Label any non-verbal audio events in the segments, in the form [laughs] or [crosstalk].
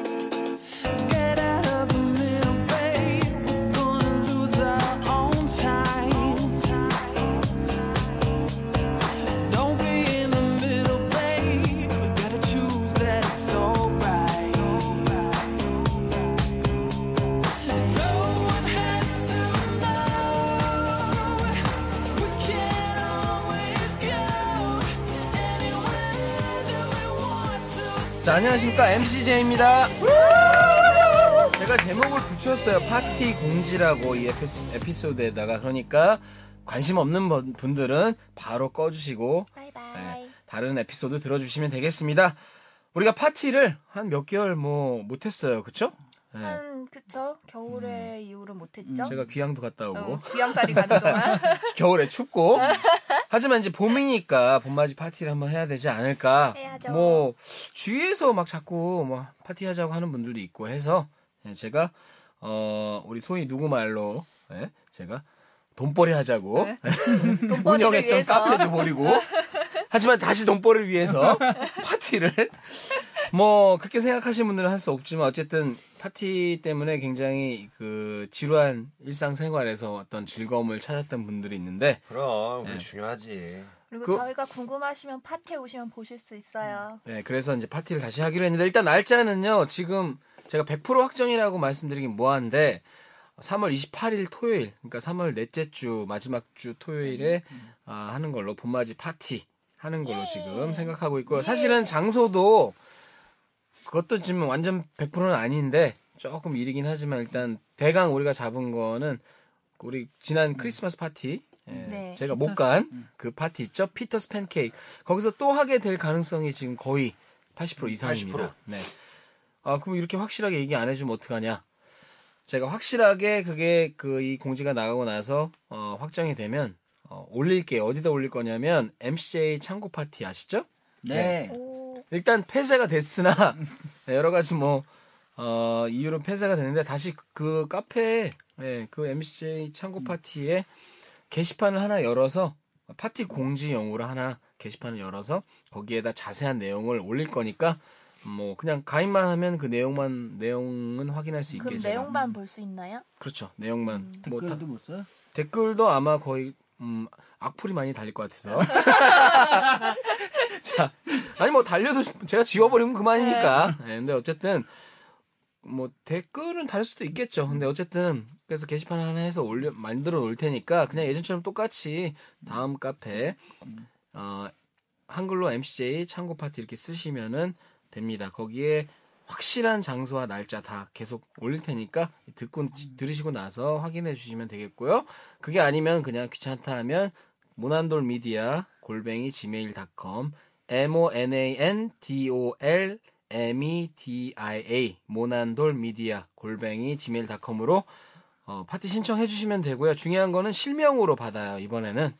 Get out of a little way. We're gonna lose our own time. Don't be in the middle way. We gotta choose that it's alright. No one has to know. We can always go anywhere that we want to. 자, 안녕하십니까. MCJ입니다. 제가 제목을 붙였어요. 파티 공지라고 이 에피소, 에피소드에다가. 그러니까 관심 없는 분- 분들은 바로 꺼주시고 네, 다른 에피소드 들어주시면 되겠습니다. 우리가 파티를 한 몇 개월 뭐 못했어요. 그쵸? 네. 한 음, 그쵸 겨울에 이후로 못했죠. 제가 귀향도 갔다 오고. 어, 귀향살이 가는 동안 겨울에 춥고. 하지만 이제 봄이니까 봄맞이 파티를 한번 해야 되지 않을까. 해야죠. 뭐 주위에서 막 자꾸 뭐 파티하자고 하는 분들도 있고 해서 예, 제가 어 우리 소위 누구 말로 예, 제가 돈벌이 하자고 네. 예. 돈벌이를 [laughs] 운영했던 위해서 카페도 버리고 하지만 다시 돈벌이를 [laughs] 위해서 파티를 뭐 그렇게 생각하시는 분들은 할 수 없지만 어쨌든 파티 때문에 굉장히 그 지루한 일상생활에서 어떤 즐거움을 찾았던 분들이 있는데 그럼 그게 중요하지. 그리고 그- 저희가 궁금하시면 파티에 오시면 보실 수 있어요. 네, 그래서 이제 파티를 다시 하기로 했는데 일단 날짜는요. 지금 제가 100% 확정이라고 말씀드리긴 뭐한데 3월 28일 토요일, 그러니까 3월 넷째 주 마지막 주 토요일에 아, 하는 걸로 봄맞이 파티 하는 걸로 지금 생각하고 있고요. 사실은 장소도 그것도 지금 완전 100%는 아닌데 조금 일이긴 하지만 일단 대강 우리가 잡은 거는 우리 지난 크리스마스 파티 예, 네. 제가 못 간 그 파티 있죠 피터스 팬케이크 거기서 또 하게 될 가능성이 지금 거의 80% 이상입니다. 80%. 네. 아 그럼 이렇게 확실하게 얘기 안 해주면 어떡하냐? 제가 확실하게 그게 그 이 공지가 나가고 나서 어, 확정이 되면 어, 올릴게요. 어디다 올릴 거냐면 MCJ 창고 파티 아시죠? 네. 음. 오 일단 폐쇄가 됐으나 [laughs] 네, 여러 가지 뭐 어, 이유로 폐쇄가 됐는데 다시 그 카페에 네, 그 MCJ 창고 파티에 게시판을 하나 열어서 파티 공지용으로 하나 게시판을 열어서 거기에다 자세한 내용을 올릴 거니까 뭐 그냥 가입만 하면 그 내용만 내용은 확인할 수 있게 그럼 제가 내용만 볼 수 있나요? 그렇죠 내용만 뭐 다- 댓글도 못 써요? 댓글도 아마 거의 음, 악플이 많이 달릴 것 같아서. [laughs] 자, 아니 뭐 달려도 제가 지워버리면 그만이니까. 네, 근데 어쨌든 뭐 댓글은 달 수도 있겠죠. 근데 어쨌든 그래서 게시판 하나 해서 올려 만들어 놓을 테니까 그냥 예전처럼 똑같이 다음 카페 어, 한글로 MCJ 창고 파티 이렇게 쓰시면은 됩니다. 거기에 확실한 장소와 날짜 다 계속 올릴 테니까 듣고 들으시고 나서 확인해 주시면 되겠고요. 그게 아니면 그냥 귀찮다 하면 모난돌 미디어 골뱅이 gmail.com m o n a n d o l m e d i a 모난돌 미디어 골뱅이 gmail.com으로 어, 파티 신청해 주시면 되고요. 중요한 거는 실명으로 받아요. 이번에는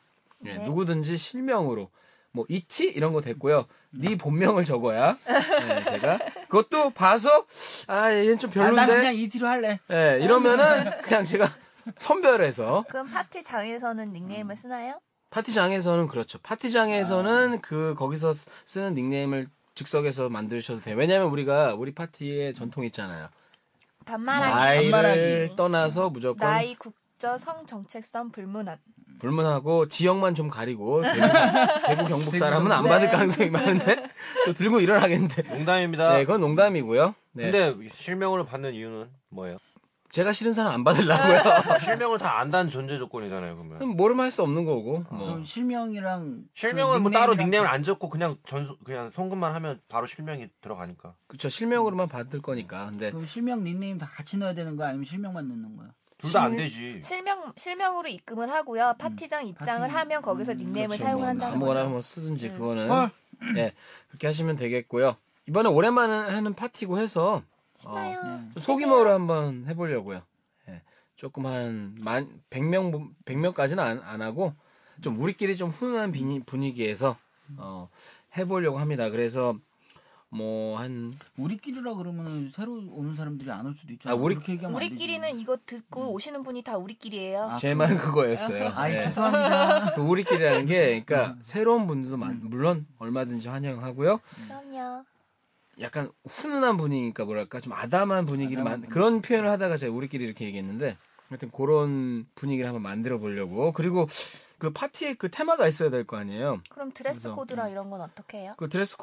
예, 네. 누구든지 실명으로 뭐 이티 이런 거 됐고요. 네 본명을 적어야 예, 제가 그것도 봐서 아 얘는 좀 아, 별론데 난 그냥 이 뒤로 할래. 예, 이러면은 그냥 제가 [laughs] 선별해서 그럼 파티장에서는 음. 닉네임을 쓰나요? 파티장에서는 그렇죠. 파티장에서는 아. 그 거기서 쓰- 쓰는 닉네임을 즉석에서 만드셔도 돼요. 왜냐면 우리가 우리 파티의 전통이 있잖아요. 반말하기 나이를 반말하기. 떠나서 무조건 아, 나이 국적 성 정체성 불문한 불문하고 지역만 좀 가리고 대구, 대구 경북 사람은 안 받을 가능성이 많은데 또 들고 일어나겠는데. 농담입니다. 네, 그건 농담이고요. 네. 아. 근데 실명을 받는 이유는 뭐예요? 제가 싫은 사람 안 아. 받으려고요. [laughs] 실명을 다 안다는 존재 조건이잖아요, 그러면. 모르면 할 수 없는 거고. 뭐. 그럼 실명이랑 실명은 뭐 따로 닉네임을 안 안 적고 그냥 전 그냥 송금만 하면 바로 실명이 들어가니까. 그렇죠. 실명으로만 받을 거니까. 근데 음. 그럼 실명 닉네임 다 같이 넣어야 되는 거야 아니면 실명만 넣는 거야? 둘 다 안 되지. 실명 실명으로 입금을 하고요. 파티장 입장을 파티- 하면 거기서 닉네임을 음. 그렇죠. 뭐 사용한다는 아무거나 거죠. 한번 쓰든지 음. 그거는 헐. 예 그렇게 하시면 되겠고요. 이번에 오랜만에 하는 파티고 해서 어, 신나요. 좀 소규모로 한번 해보려고요. 예, 조금 한만 100명 100명까지는 안, 안 하고 좀 우리끼리 좀 훈훈한 비니- 분위기에서 어, 해보려고 합니다. 그래서 뭐한 우리끼리라 그러면은 새로 오는 사람들이 안 올 수도 있잖아. 아, 우리- 그렇게 얘기하면 안 되지. 우리끼리는 이거 음. 듣고 오시는 분이 다 우리끼리예요. 아, 제 말은 그거였어요. 아이 네. [laughs] 죄송합니다. 음. 그 우리끼리라는 게 그러니까 새로운 분들도 많- 물론 얼마든지 환영하고요. 그럼요. 약간 훈훈한 분위기니까 뭐랄까 좀 아담한 분위기를 아담한 만- 그런 표현을 하다가 제가 우리끼리 이렇게 얘기했는데 하여튼 그런 분위기를 한번 만들어 보려고 그리고 그 파티에 그 테마가 있어야 될 거 아니에요. 그럼 드레스 그래서, 네. 코드랑 이런 건 어떻게 해요? 그 드레스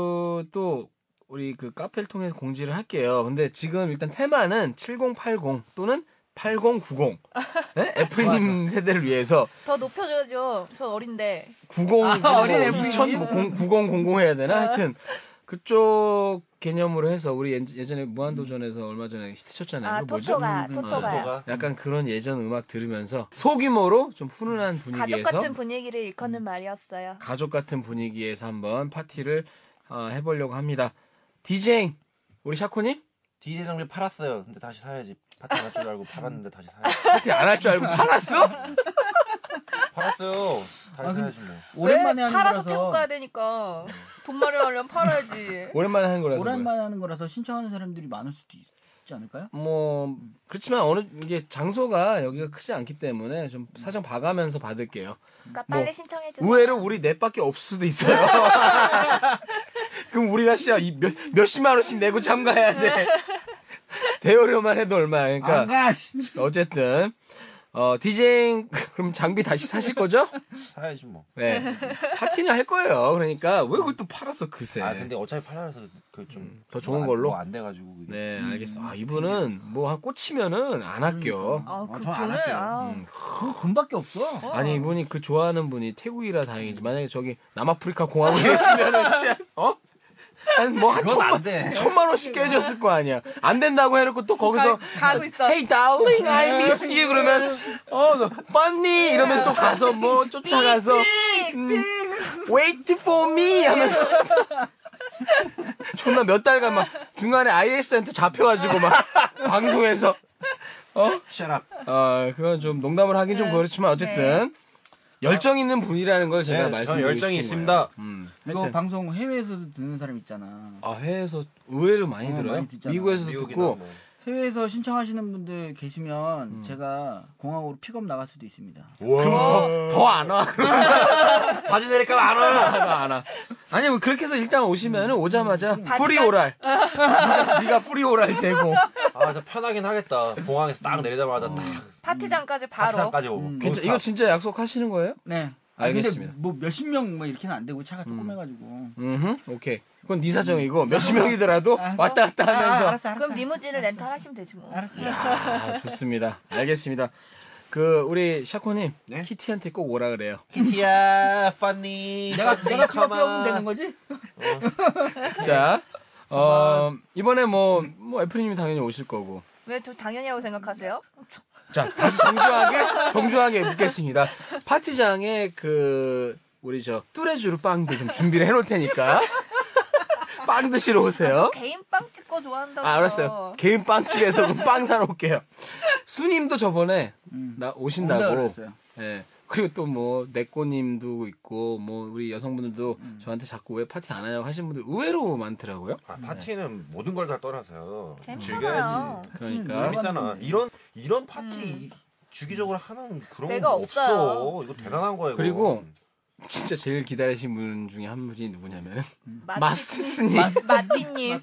코드도 우리 그 카페를 통해서 공지를 할게요. 근데 지금 일단 테마는 7080 또는 8090 네? 애플님 세대를 위해서 더 높여줘야죠. 전 어린데. 90 아, 어린 애플이. 9000 해야 되나 하여튼 그쪽 개념으로 해서 우리 예- 예전에 무한도전에서 얼마 전에 히트쳤잖아요. 아 그거 뭐죠? 토토가 음, 음, 토토가 뭐가? 약간 그런 예전 음악 들으면서 소규모로 좀 훈훈한 분위기에서 음. 가족 같은 분위기를 일컫는 말이었어요. 가족 같은 분위기에서 한번 파티를 어, 해보려고 합니다. 디제잉 우리 샤코님 DJ 장비 팔았어요. 근데 다시 사야지. 파티 갈줄 알고 팔았는데 다시 사야지. [laughs] 파티 안 할 줄 알고 [laughs] 팔았어? 팔았어요. 다시 아, 근데- 사야지 뭐. 오랜만에 왜? 하는 팔아서 거라서 태국 가야 되니까 돈 마련하려면 팔아야지. 오랜만에 하는 거라서 뭐야. 오랜만에 하는 거라서 신청하는 사람들이 많을 수도 있지 않을까요? 뭐 그렇지만 어느 이게 장소가 여기가 크지 않기 때문에 좀 사정 봐가면서 받을게요. 그러니까 뭐, 빨리 신청해 주세요. 의외로 우리 넷밖에 없을 수도 있어요. [laughs] 그럼 우리가 진짜 이 몇, 몇십만 원씩 내고 참가해야 돼. 대여료만 해도 얼마야. 아, 안 네. 그러니까 가, 씨. 어쨌든 어 디제잉 그럼 장비 다시 사실 거죠? 사야지 뭐. 네. 파티는 할 거예요. 그러니까 왜 그걸 또 팔았어 그새. 아 근데 어차피 팔아서 그 좀 네. 음, 더 좋은 걸로? 뭐안 돼가지고 그게. 네 알겠어. 아 이분은 뭐 한 꽂히면은 안 아껴. 아, 그 저안 돈을 할게요. 아, 음. 그거 금밖에 없어. 아니 이분이 그 좋아하는 분이 태국이라 다행이지 만약에 저기 남아프리카 [laughs] 공화국에 있으면은 진짜 어? 한뭐한 그건 천만 안 돼. 천만 원씩 깨졌을 거 아니야. 안 된다고 해놓고 또 거기서 가- 가고 있어. Hey darling, I miss you 그러면 어, 너 funny 이러면 또 가서 뭐 쫓아가서 음, Wait for me 하면서 존나 몇 달간 막 중간에 IS한테 잡혀가지고 막 [laughs] 방송에서 어? 샤랍. 아, 그건 좀 농담을 하긴 좀 그렇지만 어쨌든 열정 있는 분이라는 걸 제가 말씀드리고 네, 열정이 싶은 있습니다. 거예요. 음. 이거 하여튼, 방송 해외에서도 듣는 사람 있잖아. 아, 해외에서 의외로 많이 어, 들어요. 많이 듣잖아. 미국에서도 네, 미국이나 듣고 뭐. 해외에서 신청하시는 분들 계시면 음. 제가 공항으로 픽업 나갈 수도 있습니다. 더 안 와. 그러면 바지 내릴까봐 안 와. 안 와. 아니, 뭐 그렇게 해서 일단 오시면 은 오자마자 바지가- 프리오랄. [laughs] 네가 프리오랄 제공. 아, 저 편하긴 하겠다. 공항에서 딱 내리자마자 어. 딱 파티장까지 바로 파티장까지 오고. 음. 괜찮, 이거 진짜 약속하시는 거예요? 네. 알겠습니다. 근데 뭐 몇십 명 뭐 이렇게는 안 되고 차가 조그매가지고. 음, 오케이. 그건 네 사정이고 몇십 명이더라도 알았어. 왔다 갔다 하면서 아, 알았어, 알았어. 그럼 리무진을 렌탈하시면 되지 뭐. 알았어. 아, 좋습니다. 알겠습니다. 그 우리 샤코님 네? 키티한테 꼭 오라 그래요. 키티야, 파니. 내가 내가 픽업 빼오면 되는 거지? 아, 자, 어, 이번에 뭐, 뭐, 애프리님이 당연히 오실 거고. 왜 저 당연이라고 생각하세요? 자, 다시 정중하게, 정중하게 묻겠습니다. 파티장에 그, 우리 저, 뚜레쥬르 빵도 좀 준비를 해놓을 테니까. 빵 드시러 오세요. 개인 빵 찍고 좋아한다고. 어? 아, 알았어요. 개인 빵집에서 그럼 빵 사놓을게요. 수님도 저번에 나 음. 온다 오신다고. 그랬어요. 예. 그리고 또 뭐, 내꼬님도 있고, 뭐, 우리 여성분들도 음. 저한테 자꾸 왜 파티 안 하냐고 하신 분들 의외로 많더라고요. 아, 파티는 모든 걸 다 떠나서요. 재밌잖아요. 음. 그러니까. 재밌- 재밌잖아. 이런 이런 파티 주기적으로 하는 그런 내가 거 없어요. 없어. 이거 대단한 거예요. 이거. 그리고 진짜 제일 기다리신 분 중에 한 분이 누구냐면 마스티스님. 마티님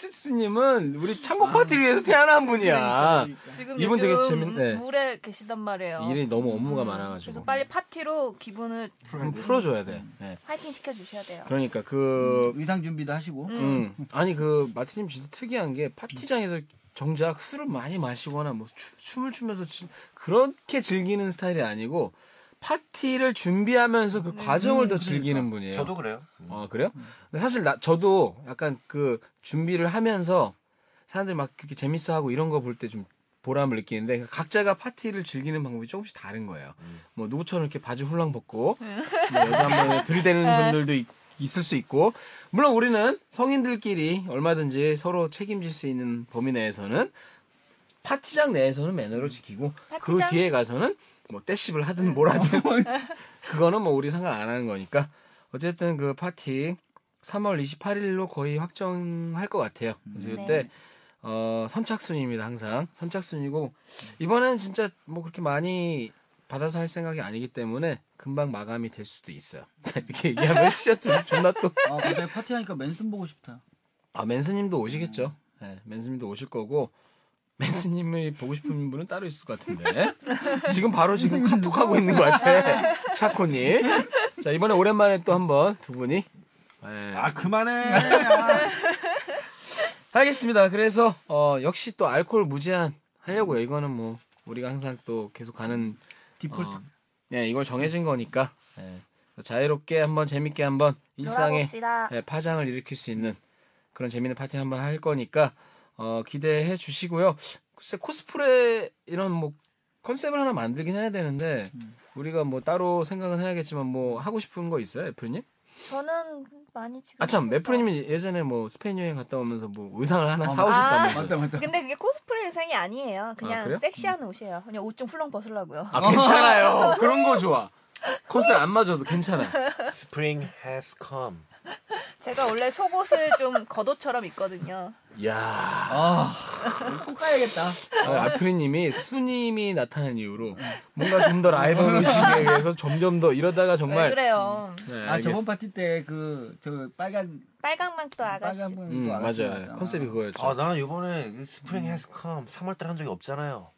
마스티스님은 우리 창고 파티를 위해서 태어난 그러니까, 분이야. 지금 이분 요즘 되게 재밌네. 물에 계시단 말이에요. 일이 너무 업무가 그러니까. 그래서 많아가지고 빨리 파티로 기분을 좀 풀어줘야 돼. 예. 화이팅 시켜 주셔야 돼요. 그러니까 그 의상 준비도 하시고. 음. 아니 그 마티님 진짜 특이한 게 파티장에서 정작 술을 많이 마시거나 뭐 추- 춤을 추면서 지- 그렇게 즐기는 스타일이 아니고 파티를 준비하면서 그 과정을 음. 더 즐기는 분이에요. 저도 음. 그래요. 아 그래요? 근데 사실 나 저도 약간 그 준비를 하면서 사람들이 막 그렇게 재밌어하고 이런 거 볼 때 좀 보람을 느끼는데 그러니까 각자가 파티를 즐기는 방법이 조금씩 다른 거예요. 뭐 누구처럼 이렇게 바지 훌랑 벗고 음. 뭐 여자 한번 네. 들이대는 분들도 있, 있을 수 있고 물론 우리는 성인들끼리 얼마든지 서로 책임질 수 있는 범위 내에서는 파티장 내에서는 매너를 지키고 그 파티장? 네. 어. 뒤에 가서는 뭐 떼씹을 [laughs] 하든 뭐라든 그거는 뭐 우리 상관 안 하는 거니까 어쨌든 그 파티 3월 28일로 거의 확정할 것 같아요. 그래서 네. 이때 어, 선착순입니다. 항상 선착순이고 이번에는 진짜 뭐 그렇게 많이 받아서 할 생각이 아니기 때문에 금방 마감이 될 수도 있어요. [laughs] 이렇게 얘기하면 진짜 좀- 존나 또 아, 갑자기 파티하니까 맨슨 보고 싶다. 아, 맨스님도 오시겠죠. 네, 맨스님도 오실 거고 맨스님을 보고 싶은 분은 따로 있을 것 같은데 지금 바로 지금 카톡하고 있는 것 같아 샤코님. 자 이번에 오랜만에 또 한번 두 분이 네, 아 그만해. 아. 알겠습니다. 그래서 어, 역시 또 알코올 무제한 하려고요. 이거는 뭐 우리가 항상 또 계속 가는 디폴트. 어, 예, 이걸 정해진 거니까 예. 자유롭게 한번 재밌게 한번 일상에 놀아봅시다. 예, 파장을 일으킬 수 있는 그런 재밌는 파티 한번 할 거니까 어, 기대해 주시고요. 글쎄 코스프레 이런 뭐 컨셉을 하나 만들긴 해야 되는데 음. 우리가 뭐 따로 생각은 해야겠지만 뭐 하고 싶은 거 있어요, 애플님? 저는 많이 지금. 아 참 해서- 애플님이 예전에 뭐 스페인 여행 갔다 오면서 뭐 의상을 하나 어, 아, 사오셨다면서 맞다, 맞다. 근데 그게 코스프레 의상이 아니에요. 그냥 그래요? 섹시한 옷이에요. 그냥 옷 좀 훌렁 벗으려고요. 아 괜찮아요. [laughs] 그런 거 좋아. 컨셉 안 맞아도 괜찮아. Spring has come. 제가 원래 속옷을 좀 겉옷처럼 입거든요. 야. 아, 꼭 가야겠다. 아, 아프리님이 수님이 나타난 이후로 뭔가 좀 더 라이벌 의식에 의해서 점점 더 이러다가 왜 정말 그래요? 네, 아, 저번 알겠습니다. 파티 때 그 저 빨간 빨강망토 아가씨. 빨간 분도 음, 아가씨 맞아요 나왔잖아. 컨셉이 그거였죠 아 나는 이번에 스프링 헤스 컴 3월달 한 적이 없잖아요.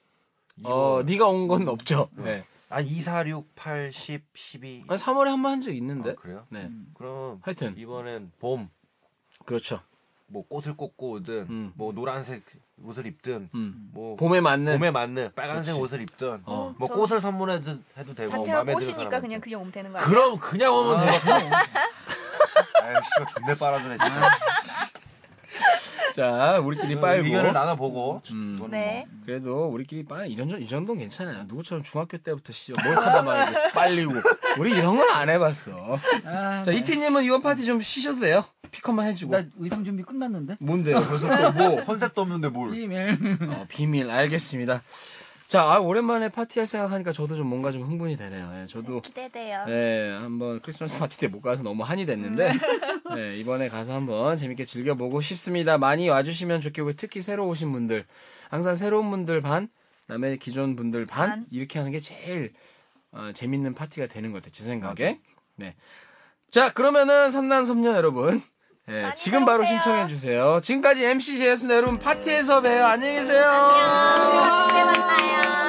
어 네가 온 건 없죠 네. 아 2, 4, 6, 8, 10, 12. 아니, 3월에 한 번 한 적 있는데 아, 그래요? 네 그럼 하여튼 이번엔 봄, 그렇죠 뭐 꽃을 꽂고 오든, 음. 뭐 노란색 옷을 입든, 음. 뭐 봄에 맞는 봄에 맞는 빨간색 그치. 옷을 입든, 어. 뭐 저- 꽃을 선물해도 해도 되고 자체가 어, 마음에 드는 꽃이니까 사람한테. 그냥 그냥 오면 되는 거야. 그럼 그냥 오면 아, 돼. 그럼. [laughs] 아유 씨발 존내 빨아주네 진짜. 자 우리끼리 빨고 의견을 나눠보고. 음. 이거는 뭐 네. 그래도 우리끼리 빨 이런 정- 이 정도는 괜찮아요 누구처럼 중학교 때부터 시뭘 하다 말고 빨리고 우리 이런 건 안 해봤어 아, 자 이티님은 이번 파티 좀 쉬셔도 돼요 피컷만 해주고 나 의상 준비 끝났는데? 뭔데요 벌써 또뭐 뭐 컨셉도 없는데 뭘? 이메일. [laughs] 어, 비밀 알겠습니다. 자, 아, 오랜만에 파티할 생각하니까 저도 좀 뭔가 좀 흥분이 되네요. 예, 저도 기대돼요. 예, 한번 크리스마스 파티 때 못 가서 너무 한이 됐는데 음. 예, 이번에 가서 한번 재밌게 즐겨보고 싶습니다. 많이 와주시면 좋겠고 특히 새로 오신 분들 항상 새로운 분들 반 남의 기존 분들 반, 반. 이렇게 하는 게 제일 어, 재밌는 파티가 되는 것 같아요. 제 생각에 네. 자 그러면은 삼남섬녀 여러분 예, 많이 지금 바로 들어오세요. 신청해 주세요. 지금까지 MCJ였습니다. 여러분 파티에서 봬요. 안녕히 계세요. 안녕. 다음에 만나요.